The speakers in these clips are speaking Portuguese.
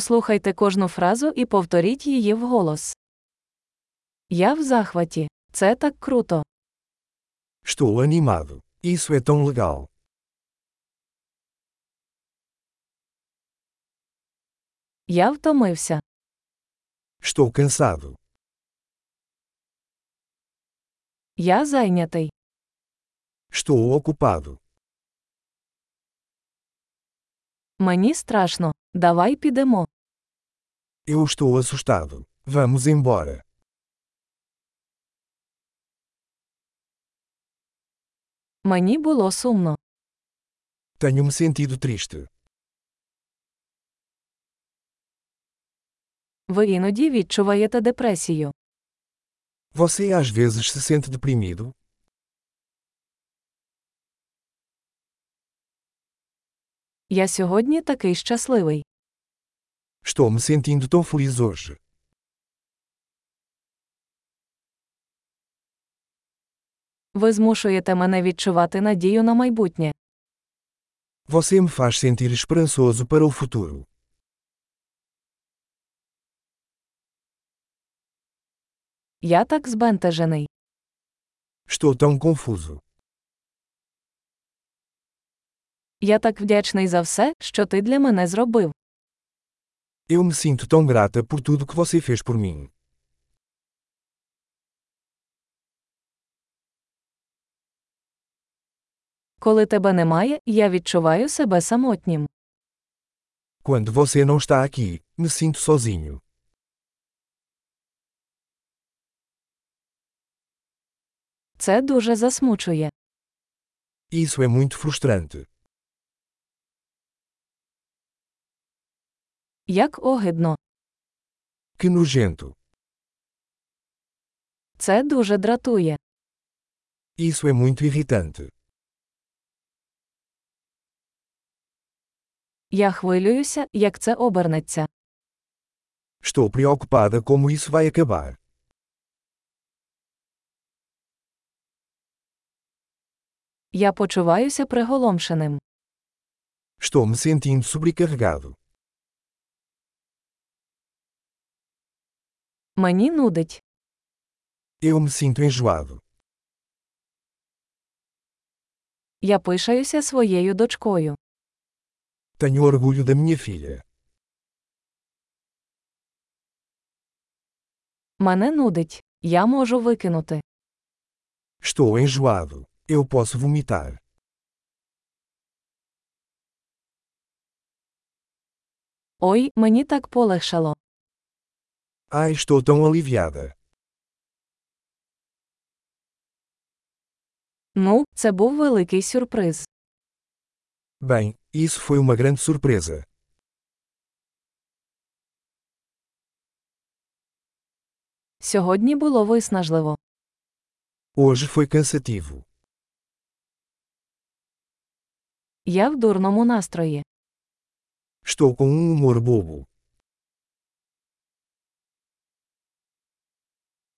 Послухайте кожну фразу і повторіть її вголос. Я в захваті. Це так круто. Estou animado. Isso é tão legal. Я втомився. Estou cansado. Я зайнятий. Estou ocupado. Мені страшно. Давай підемо. Eu estou assustado. Vamos embora. Мені було сумно. Tenho me sentido triste. Ви іноді відчуваєте депресію. Você às vezes se sente deprimido? Я сьогодні такий щасливий. Estou me sentindo tão feliz hoje. Ви змушуєте мене відчувати надію на майбутнє. Você me faz sentir esperançoso para o futuro. Я так збентежений. Estou tão confuso. Я так вдячний за все, що ти для мене зробив. Eu me sinto tão grata por tudo que você fez por mim. Коли тебе немає, я відчуваю себе самотнім. Quando você não está aqui, me sinto sozinho. Це дуже засмучує. Isso é muito frustrante. Як огидно. Que nojento. Це дуже дратує. Isso é muito irritante. Я хвилююся, як це обернеться. Estou preocupada como isso vai acabar. Я почуваюся приголомшеним. Estou me sentindo sobrecarregado. Мені нудить. Eu me sinto enjoado. Я пишаюся своєю дочкою. Tenho orgulho da minha filha. Мене нудить. Я можу викинути. Estou enjoado. Eu posso vomitar. Ой, мені так полегшало. Ai, estou tão aliviada. Ну, це був великий сюрприз. Bem, isso foi uma grande surpresa. Сьогодні було виснажливо. Hoje foi cansativo. Я в дурному настрої. Estou com um humor bobo.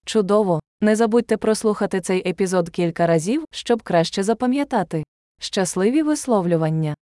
Чудово! Не забудьте прослухати цей епізод кілька разів, щоб краще запам'ятати. Щасливі висловлювання!